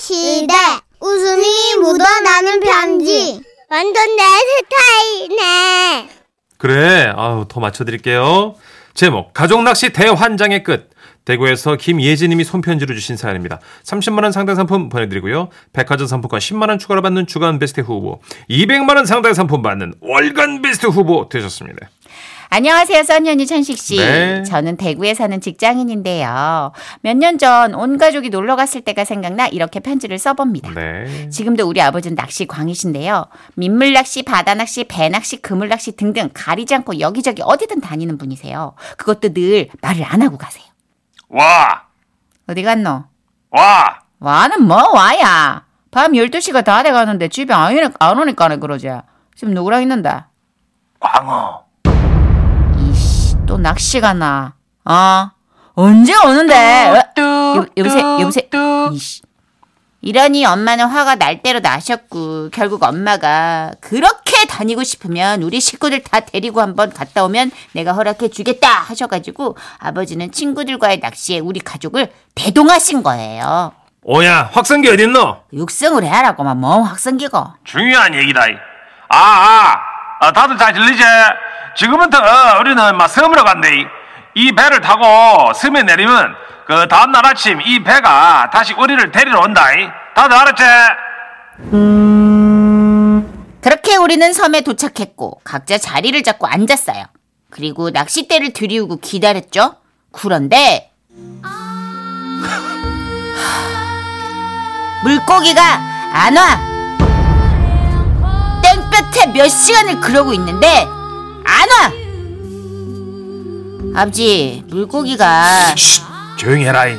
시대 웃음이 묻어나는 편지 완전 내 스타일이네 그래. 아우, 더 맞춰드릴게요. 제목, 가족낚시 대환장의 끝. 대구에서 김예진님이 손편지로 주신 사연입니다. 30만원 상당 상품 보내드리고요. 백화점 상품권 10만원 추가로 받는 주간 베스트 후보, 200만원 상당 상품 받는 월간 베스트 후보 되셨습니다. 안녕하세요, 선현이 천식 씨. 네. 저는 대구에 사는 직장인인데요. 몇 년 전 온 가족이 놀러 갔을 때가 생각나 이렇게 편지를 써봅니다. 네. 음. 지금도 우리 아버지는 낚시 광이신데요. 민물 낚시, 바다 낚시, 배 낚시, 그물 낚시 등등 가리지 않고 여기저기 어디든 다니는 분이세요. 그것도 늘 말을 안 하고 가세요. 와! 어디 갔노? 와! 와는 뭐 와야. 밤 12시가 다 돼 가는데 집에 안, 오니- 안 오니까는 그러지. 지금 누구랑 있는데? 광어. 이씨, 또 낚시가 나. 어? 언제 오는데? 어? 여, 여보세, 여보세. 이씨. 이러니 엄마는 화가 날 대로 나셨고 결국 엄마가 그렇게 다니고 싶으면 우리 식구들 다 데리고 한번 갔다 오면 내가 허락해 주겠다 하셔가지고 아버지는 친구들과의 낚시에 우리 가족을 대동하신 거예요. 오야, 확성기 어딨노? 육성을 해라고만 뭐 확성기고. 중요한 얘기다. 이. 아, 아, 아, 다들 잘 들리지? 지금부터 어, 우리는 막 섬으로 간대. 이 배를 타고 섬에 내리면 그 다음날 아침 이 배가 다시 우리를 데리러 온다. 이. 다들 알았지? 그렇게 우리는 섬에 도착했고 각자 자리를 잡고 앉았어요. 그리고 낚싯대를 들이우고 기다렸죠. 그런데 하, 물고기가 안 와. 땡볕에 몇 시간을 그러고 있는데 안 와. 아버지 물고기가 조용히 해라. 이.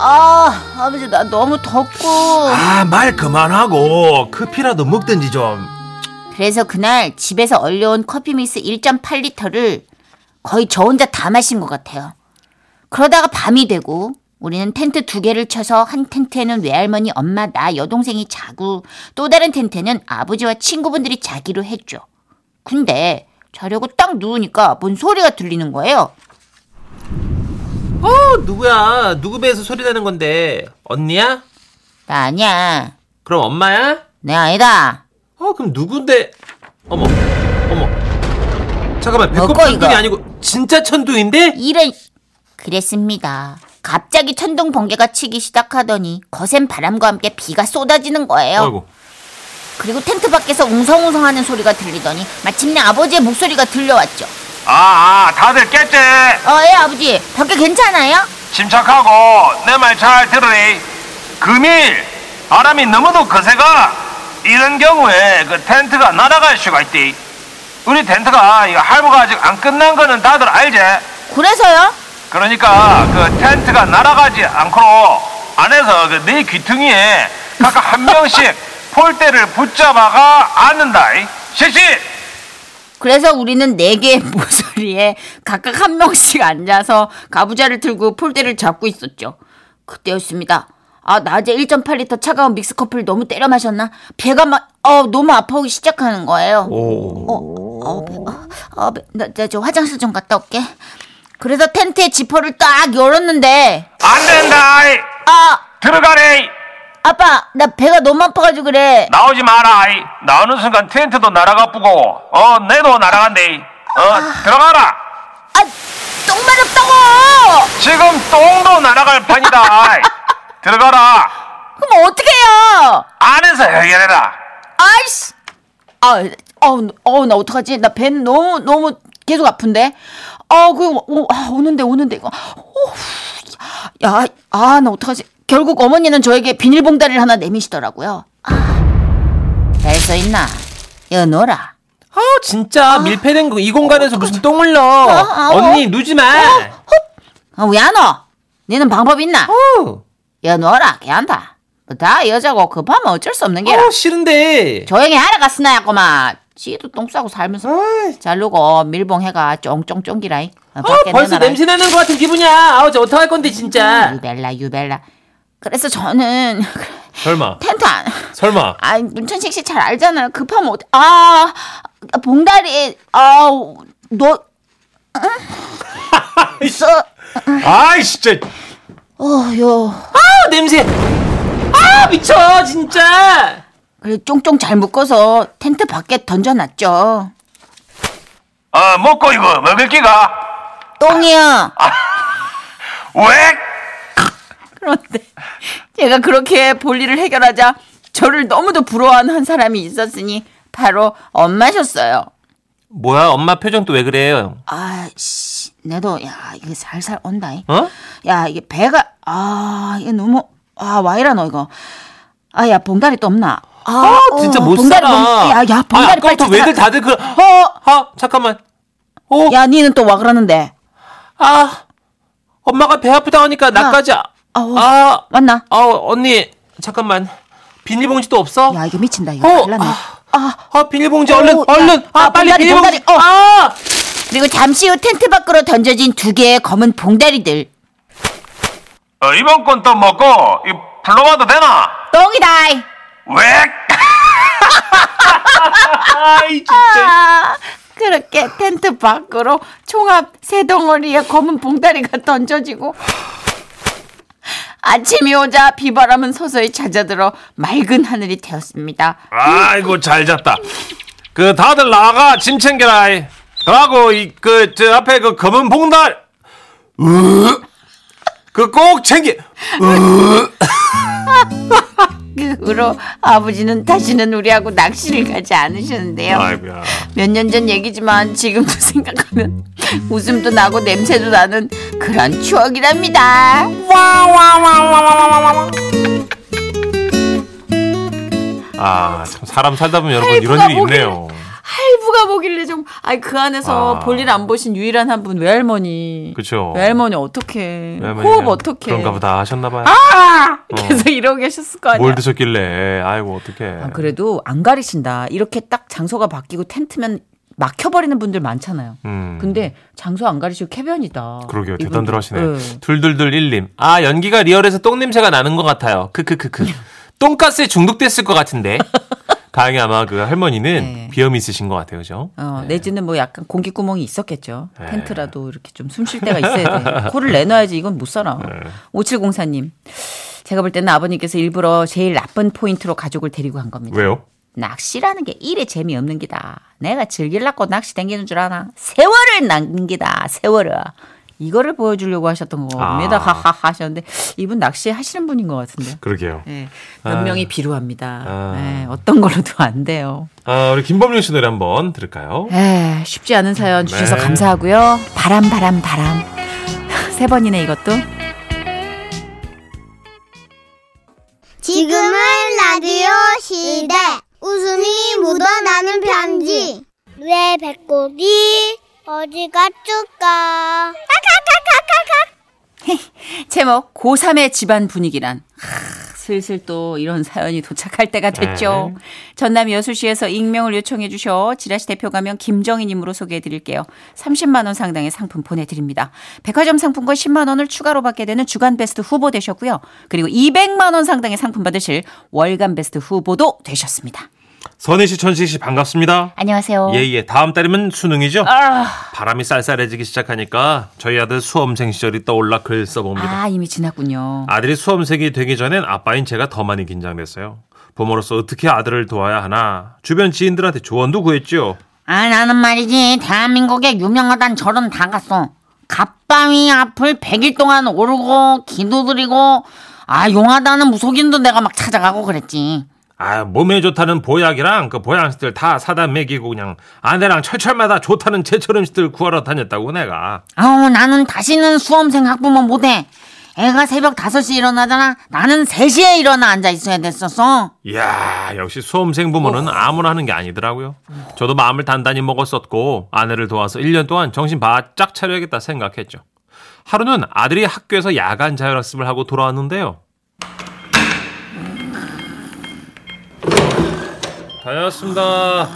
아 아버지 나 너무 덥고 아, 말 그만하고 커피라도 먹든지 좀. 그래서 그날 집에서 얼려온 커피 믹스 1.8리터를 거의 저 혼자 다 마신 것 같아요. 그러다가 밤이 되고 우리는 텐트 두 개를 쳐서 한 텐트에는 외할머니, 엄마, 나, 여동생이 자고 또 다른 텐트에는 아버지와 친구분들이 자기로 했죠. 근데 자려고 딱 누우니까 뭔 소리가 들리는 거예요. 어 누구야 누구 배에서 소리 나는 건데 언니야 나 아니야. 그럼 엄마야 내 아니다. 어 그럼 누군데 어머 어머 잠깐만 배꼽 먹어, 천둥이 이거. 아니고 진짜 천둥인데 이런 그랬습니다. 갑자기 천둥 번개가 치기 시작하더니 거센 바람과 함께 비가 쏟아지는 거예요. 아이고. 그리고 텐트 밖에서 웅성웅성하는 소리가 들리더니 마침내 아버지의 목소리가 들려왔죠. 아, 아, 다들 깼지? 어, 예, 아버지. 밖에 괜찮아요? 침착하고 내 말 잘 들으래. 금일 바람이 너무도 거세가 이런 경우에 그 텐트가 날아갈 수가 있대. 우리 텐트가 이거 할부가 아직 안 끝난 거는 다들 알지? 그래서요? 그러니까 그 텐트가 날아가지 않고 안에서 그 네 귀퉁이에 각각 한 명씩 폴대를 붙잡아가 앉는다. 실시! 그래서 우리는 네 개의 모서리에 각각 한 명씩 앉아서 가부좌를 들고 폴대를 잡고 있었죠. 그때였습니다. 아, 낮에 1.8리터 차가운 믹스커피를 너무 때려 마셨나? 배가 막, 어, 너무 아파오기 시작하는 거예요. 오. 어, 배, 어, 어, 배, 나, 나, 저 화장실 좀 갔다 올게. 그래서 텐트의 지퍼를 딱 열었는데, 안 된다! 아! 들어가래! 아빠, 나 배가 너무 아파가지고 그래. 나오지 마라. 아이. 나오는 순간 텐트도 날아가 뿌고, 어, 내도 날아간대. 어, 들어가라. 아, 똥 마렵다고! 지금 똥도 날아갈 판이다. 아이. 들어가라. 그럼 어떡해요? 안에서 해결해라. 아이씨! 아, 어, 어, 나 어떡하지? 나 배는 너무, 너무 계속 아픈데? 아, 그, 오, 아, 오는데, 오는데, 이거. 오, 야, 아, 나 어떡하지? 결국 어머니는 저에게 비닐봉다리를 하나 내미시더라고요. 아, 잘써 있나? 여노라. 아 진짜 밀폐된 거 이 공간에서 무슨 똥을 넣어 아, 아, 언니 누지 마 아, 왜안 와? 니는 방법 있나? 어, 여노라, 걔한다. 다 여자고 급하면 어쩔 수 없는 게라. 어 싫은데 조용히 하러 갔으나 야꼬마 지도 똥 싸고 살면서 아이. 잘 누고 밀봉해가 쫑쫑 쫑기라이 어, 어, 벌써 냄새 나는 것 같은 기분이야 아우 저 어떡할 건데 진짜 유벨라 유벨라 그래서 저는 설마, 텐트 안 설마. 아이 문천식 씨 잘 알잖아요 급하면 어떡 아 봉다리 아너 어. 아이, 진짜. 어여 아 냄새 아 미쳐 진짜. 그래 쫑쫑 잘 묶어서 텐트 밖에 던져놨죠. 어, 먹고 이거 먹을 끼가. 똥이요. 왜? 그런데 제가 그렇게 볼일을 해결하자 저를 너무도 부러워하는 한 사람이 있었으니 바로 엄마셨어요. 뭐야 엄마 표정 또 왜 그래요? 아씨, 내도 야 이게 살살 온다잉. 어? 야 이게 배가 아 이게 너무 아 와이라 너 이거. 아 야 봉다리 또 없나? 아, 어, 진짜 못 봉다리 살아. 봉- 야, 야 봉다리 아까부터 빨리 찾아라. 왜들 다들 그 어, 아, 잠깐만. 어, 야 니는 또 와 그러는데. 아, 엄마가 배 아프다 하니까 나까지. 아, 아우. 아, 어, 왔나? 아, 언니, 잠깐만. 비닐봉지 또 없어? 야 이거 미친다 이거. 어, 큰일 났네. 아. 아 아, 비닐봉지 어, 얼른, 야. 얼른. 아, 아, 빨리 봉다리, 비닐봉지. 봉다리, 어. 아, 그리고 잠시 후 텐트 밖으로 던져진 두 개의 검은 봉다리들. 어, 이번 건 또 먹고 이 풀로 가도 되나? 똥이다. 왜? 아이, 진짜. 아, 그렇게 텐트 밖으로 총합 세 덩어리의 검은 봉다리가 던져지고 아침이 오자 비바람은 서서히 잦아들어 맑은 하늘이 되었습니다. 아이고, 잘 잤다. 그, 다들 나가, 짐 챙겨라. 이. 그러고, 이, 그, 저 앞에 그 검은 봉달. 그 꼭 챙겨. 그 후로 아버지는 다시는 우리하고 낚시를 가지 않으셨는데요. 아이고야. 몇 년 전 얘기지만 지금도 생각하면 웃음도 나고 냄새도 나는 그런 추억이랍니다. 아, 참 사람 살다 보면 여러분 아이고, 이런 일이 목이- 있네요. 할부가 보길래 좀, 아이 그 안에서 아. 볼일 안 보신 유일한 한 분 외할머니. 그쵸. 외할머니 어떻게? 왜냐면 호흡 어떻게? 어. 그런가 보다 하셨나봐요. 아! 어. 계속 이러고 계셨을 거 아니야. 뭘 드셨길래 아이고 어떡해 아, 그래도 안 가리신다. 이렇게 딱 장소가 바뀌고 텐트면 막혀버리는 분들 많잖아요. 음. 근데 장소 안 가리시고 캐변이다. 그러게요 그, 이분들. 대단들 하시네 네. 둘둘둘 일님아 연기가 리얼해서 똥 냄새가 나는 것 같아요 크크크크 똥가스에 중독됐을 것 같은데 다행히 아마 그 할머니는 네. 비염이 있으신 것 같아요 그죠 어, 네. 내지는 뭐 약간 공기 구멍이 있었겠죠. 네. 텐트라도 이렇게 좀 숨 쉴 때가 있어야 돼. 코를 내놔야지 이건 못 살아. 네. 5704님. 제가 볼 때는 아버님께서 일부러 제일 나쁜 포인트로 가족을 데리고 간 겁니다. 왜요 낚시라는 게 이래 재미없는 기다. 내가 즐길라고 낚시 댕기는 줄 아나? 세월을 남기다. 세월을. 이거를 보여주려고 하셨던 겁니다. 아. 하하하 하셨는데 이분 낚시 하시는 분인 것 같은데요. 그러게요 예, 몇 아. 명이 비루합니다. 아. 예, 어떤 걸로도 안 돼요. 아 우리 김범룡 씨 노래 한번 들을까요 에, 쉽지 않은 사연 주셔서 네. 감사하고요. 바람 바람 바람 세 번이네 이것도. 지금은 라디오 시대. 웃음이 묻어나는 편지. 왜 배꼽이 어디 갔을까? 제목 고3의 집안 분위기란. 하, 슬슬 또 이런 사연이 도착할 때가 네. 됐죠. 전남 여수시에서 익명을 요청해 주셔 지라시 대표 가면 김정희님으로 소개해 드릴게요. 30만 원 상당의 상품 보내드립니다. 백화점 상품권 10만 원을 추가로 받게 되는 주간 베스트 후보 되셨고요. 그리고 200만 원 상당의 상품 받으실 월간 베스트 후보도 되셨습니다. 선희 씨 천식 씨 반갑습니다 안녕하세요. 예예 다음 달이면 수능이죠 어. 아, 바람이 쌀쌀해지기 시작하니까 저희 아들 수험생 시절이 떠올라 글 써봅니다 아, 이미 지났군요. 아들이 수험생이 되기 전엔 아빠인 제가 더 많이 긴장됐어요. 부모로서 어떻게 아들을 도와야 하나 주변 지인들한테 조언도 구했죠. 아, 나는 말이지, 대한민국의 유명하단 절은 다 갔어. 갑바위 앞을 100일 동안 오르고, 기도드리고, 아, 용하다는 무속인도 내가 막 찾아가고 그랬지. 아 몸에 좋다는 보약이랑 그 보양식들 다 사다 먹이고 그냥 아내랑 철철마다 좋다는 제철 음식들 구하러 다녔다고 내가. 아우, 나는 다시는 수험생 학부모 못해. 애가 새벽 5시 일어나잖아. 나는 3시에 일어나 앉아 있어야 됐었어. 이야 역시 수험생 부모는 아무나 하는 게 아니더라고요. 저도 마음을 단단히 먹었었고 아내를 도와서 1년 동안 정신 바짝 차려야겠다 생각했죠. 하루는 아들이 학교에서 야간 자율학습을 하고 돌아왔는데요. 다녀왔습니다.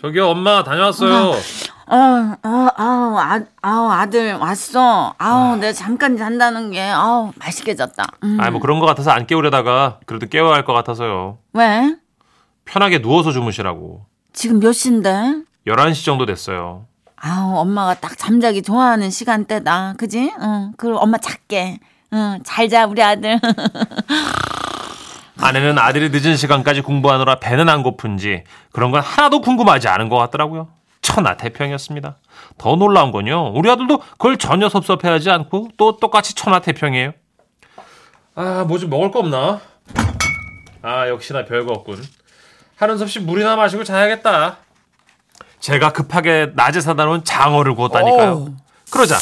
저기요 엄마 다녀왔어요. 어, 어, 아우, 아, 아우, 아들 왔어. 아우, 내가 잠깐 잔다는 게, 아우, 맛있게 잤다. 음. 아뭐 그런 것 같아서 안 깨우려다가 그래도 깨워야 할 것 같아서요. 왜? 편하게 누워서 주무시라고. 지금 몇 시인데? 11시 정도 됐어요. 아우 엄마가 딱 잠자기 좋아하는 시간대다 그지? 응 그럼 엄마 작게 응, 잘자 우리 아들. 아내는 아들이 늦은 시간까지 공부하느라 배는 안 고픈지 그런 건 하나도 궁금하지 않은 것 같더라고요. 천하 태평이었습니다. 더 놀라운 건요. 우리 아들도 그걸 전혀 섭섭해하지 않고 또 똑같이 천하 태평이에요. 아, 뭐 좀 먹을 거 없나? 아, 역시나 별거 없군. 한은섭 씨 물이나 마시고 자야겠다. 제가 급하게 낮에 사다 놓은 장어를 구웠다니까요. 오. 그러자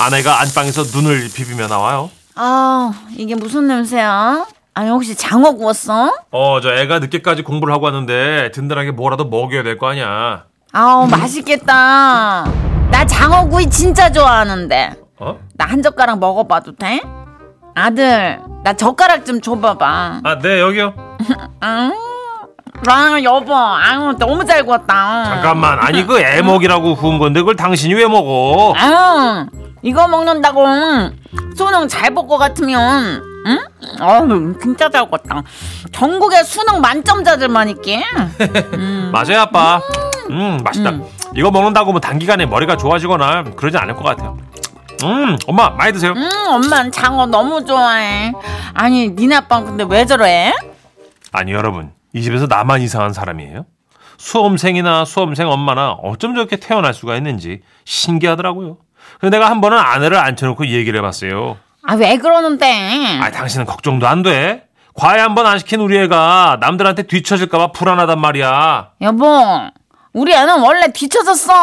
아내가 안방에서 눈을 비비며 나와요. 아 이게 무슨 냄새야? 아니 혹시 장어 구웠어? 어, 저 애가 늦게까지 공부를 하고 왔는데 든든하게 뭐라도 먹여야 될 거 아니야. 아우 맛있겠다. 나 장어구이 진짜 좋아하는데 어? 나 한 젓가락 먹어봐도 돼? 아들 나 젓가락 좀 줘봐봐. 아, 네, 여기요. 응? 아 여보 아유 너무 잘 구웠다. 잠깐만. 아니, 그 애먹이라고 구운 건데 그걸 당신이 왜 먹어? 아유 이거 먹는다고 수능 잘 볼 것 같으면 응? 아유 진짜 잘 구웠다. 전국에 수능 만점자들만 있게. 맞아요, 아빠. 음, 맛있다. 이거 먹는다고 뭐 단기간에 머리가 좋아지거나 그러진 않을 것 같아요. 음, 엄마, 많이 드세요. 음, 엄마는 장어 너무 좋아해. 아니, 니네 아빠는 근데 왜 저래? 아니, 여러분. 이 집에서 나만 이상한 사람이에요? 수험생이나 수험생 엄마나 어쩜 저렇게 태어날 수가 있는지 신기하더라고요. 그래서 내가 한 번은 아내를 앉혀놓고 이 얘기를 해봤어요. 아, 왜 그러는데? 아, 당신은 걱정도 안 돼. 과외 한 번 안 시킨 우리 애가 남들한테 뒤처질까봐 불안하단 말이야. 여보, 우리 애는 원래 뒤쳐졌어.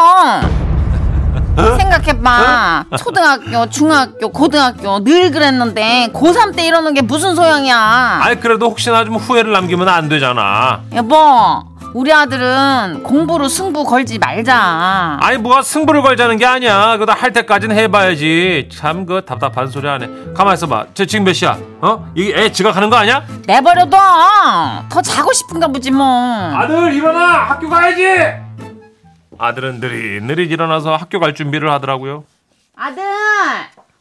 생각해봐. 초등학교, 중학교, 고등학교 늘 그랬는데 고3 때 이러는 게 무슨 소용이야. 아이, 그래도 혹시나 좀 후회를 남기면 안 되잖아. 여보, 우리 아들은 공부로 승부 걸지 말자. 아니, 뭐가 승부를 걸자는 게 아니야. 그거 할 때까지는 해봐야지. 참, 그 답답한 소리 하네. 가만 있어봐. 쟤 지금 몇 시야? 어? 이애 지각하는 거 아니야? 내버려둬. 더 자고 싶은가 보지 뭐. 아들, 일어나! 학교 가야지! 아들은 느릿느릿 일어나서 학교 갈 준비를 하더라고요. 아들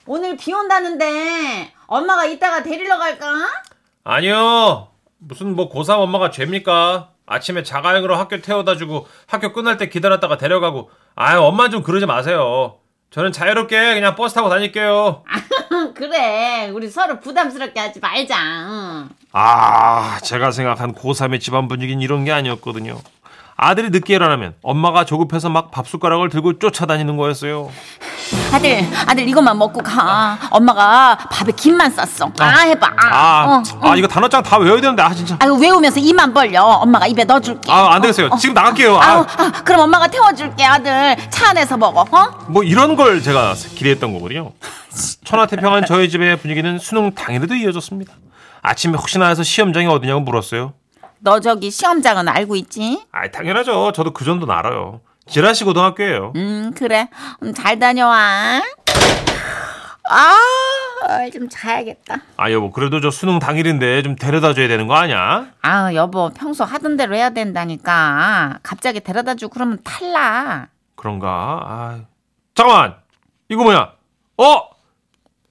오늘 비 온다는데 엄마가 이따가 데리러 갈까? 아니요. 무슨 뭐 고3 엄마가 죄입니까? 아침에 자가용으로 학교 태워다 주고 학교 끝날 때 기다렸다가 데려가고 아유 엄마 좀 그러지 마세요. 저는 자유롭게 그냥 버스 타고 다닐게요. 그래 우리 서로 부담스럽게 하지 말자 아, 제가 생각한 고3의 집안 분위기는 이런 게 아니었거든요. 아들이 늦게 일어나면 엄마가 조급해서 막 밥숟가락을 들고 쫓아다니는 거였어요. 아들 아들 이것만 먹고 가 엄마가 밥에 김만 쌌어 아 해봐 아, 아, 어. 아 이거 단어장 다 외워야 되는데 아 진짜. 아유 외우면서 이만 벌려 엄마가 입에 넣어줄게 아 안 되겠어요. 지금 나갈게요. 아, 아, 아, 그럼 엄마가 태워줄게 아들 차 안에서 먹어 어? 뭐 이런 걸 제가 기대했던 거거든요. 천하태평한 저희 집의 분위기는 수능 당일에도 이어졌습니다. 아침에 혹시나 해서 시험장이 어디냐고 물었어요. 너 저기 시험장은 알고 있지? 아, 당연하죠. 저도 그 정도는 알아요. 지라시 고등학교예요. 음 그래 음, 잘 다녀와 아, 아좀 자야겠다 아, 여보, 그래도 저 수능 당일인데 좀 데려다 줘야 되는 거 아니야? 아 여보 평소 하던 대로 해야 된다니까 갑자기 데려다 주고 그러면 탈라 그런가? 아, 잠깐만. 이거 뭐야? 어?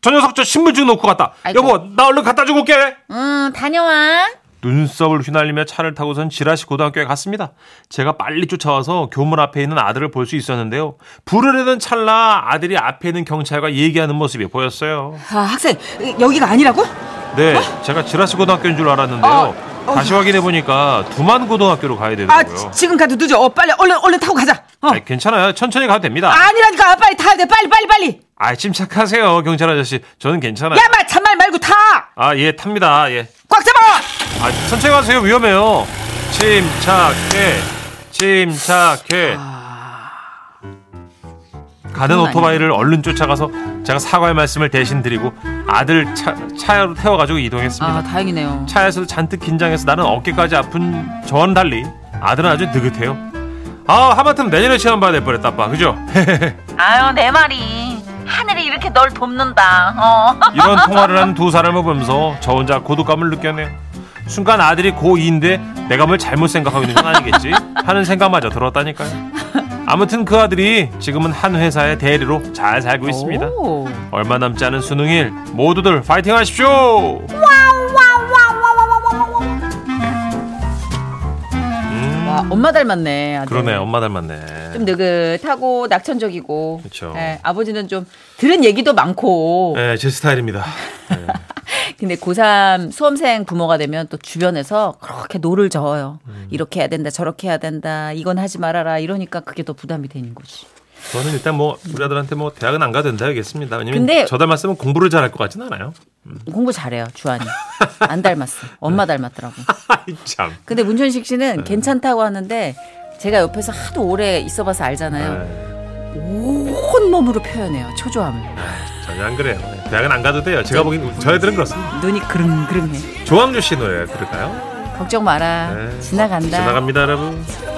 저 녀석 저 신분증 놓고 갔다. 아이고. 여보, 나 얼른 갖다 주고 올게. 응 다녀와 눈썹을 휘날리며 차를 타고선 지라시 고등학교에 갔습니다. 제가 빨리 쫓아와서 교문 앞에 있는 아들을 볼 수 있었는데요. 불을 내는 찰나 아들이 앞에 있는 경찰과 얘기하는 모습이 보였어요. 아, 학생 여기가 아니라고? 네, 제가 지라시 고등학교인 줄 알았는데요. 다시 확인해 보니까 두만 고등학교로 가야 아 되더라고요. 지- 지금 가도 늦어. 어, 빨리 얼른 얼른 타고 가자. 어. 아이, 괜찮아요. 천천히 가도 됩니다. 아니라니까 빨리 타야 돼. 빨리 빨리 빨리. 아, 침착하세요, 경찰 아저씨. 저는 괜찮아요. 야, 말 잔말 말고 타. 아, 예, 탑니다. 예. 꽉 잡아. 아, 천천히 가세요. 위험해요. 침착해. 침착해. 가는 오토바이를 얼른 쫓아가서 제가 사과의 말씀을 대신 드리고 아들 차, 차로 태워가지고 이동했습니다. 아, 다행이네요. 차에서도 잔뜩 긴장해서 나는 어깨까지 아픈 저와는 달리 아들은 아주 느긋해요. 아, 하마터면 내년에 시험 봐야 될 뻔했다, 아빠. 그죠? 아유 내 말이 하늘이 이렇게 널 돕는다 어 이런 통화를 하는 두 사람을 보면서 저 혼자 고독감을 느껴내요. 순간 아들이 고2인데 내가 뭘 잘못 생각하고 있는 건 아니겠지 하는 생각마저 들었다니까요. 아무튼 그 아들이 지금은 한 회사의 대리로 잘 살고 어? 있습니다. 오. 얼마 남지 않은 수능일 모두들 파이팅 하십시오. 와, 엄마 닮았네. 아들. 그러네 엄마 닮았네. 좀 느긋하고 낙천적이고 그쵸. 예, 아버지는 좀 들은 얘기도 많고 네, 제 스타일입니다. 네. 근데 고3 수험생 부모가 되면 또 주변에서 그렇게 노를 저어요. 이렇게 해야 된다, 저렇게 해야 된다, 이건 하지 말아라 이러니까 그게 더 부담이 되는 거지. 저는 일단 뭐 우리 아들한테 뭐 대학은 안 가도 된다 얘기했습니다. 왜냐면 근데- 저 닮았으면 공부를 잘할 것 같진 않아요. 공부 잘해요, 주한이. 안 닮았어. 엄마 닮았더라고. 아이, 참. 근데 문천식 씨는 괜찮다고 하는데 제가 옆에서 하도 오래 있어봐서 알잖아요. 네, 온 몸으로 표현해요, 초조함을. 전혀 안 그래요. 네, 대학은 안 가도 돼요. 제가 보기엔 저 애들은 그렇습니다. 눈이 그릉그릉해. 조항주 씨 노래 들을까요? 걱정 마라. 네. 지나간다. 지나갑니다, 여러분.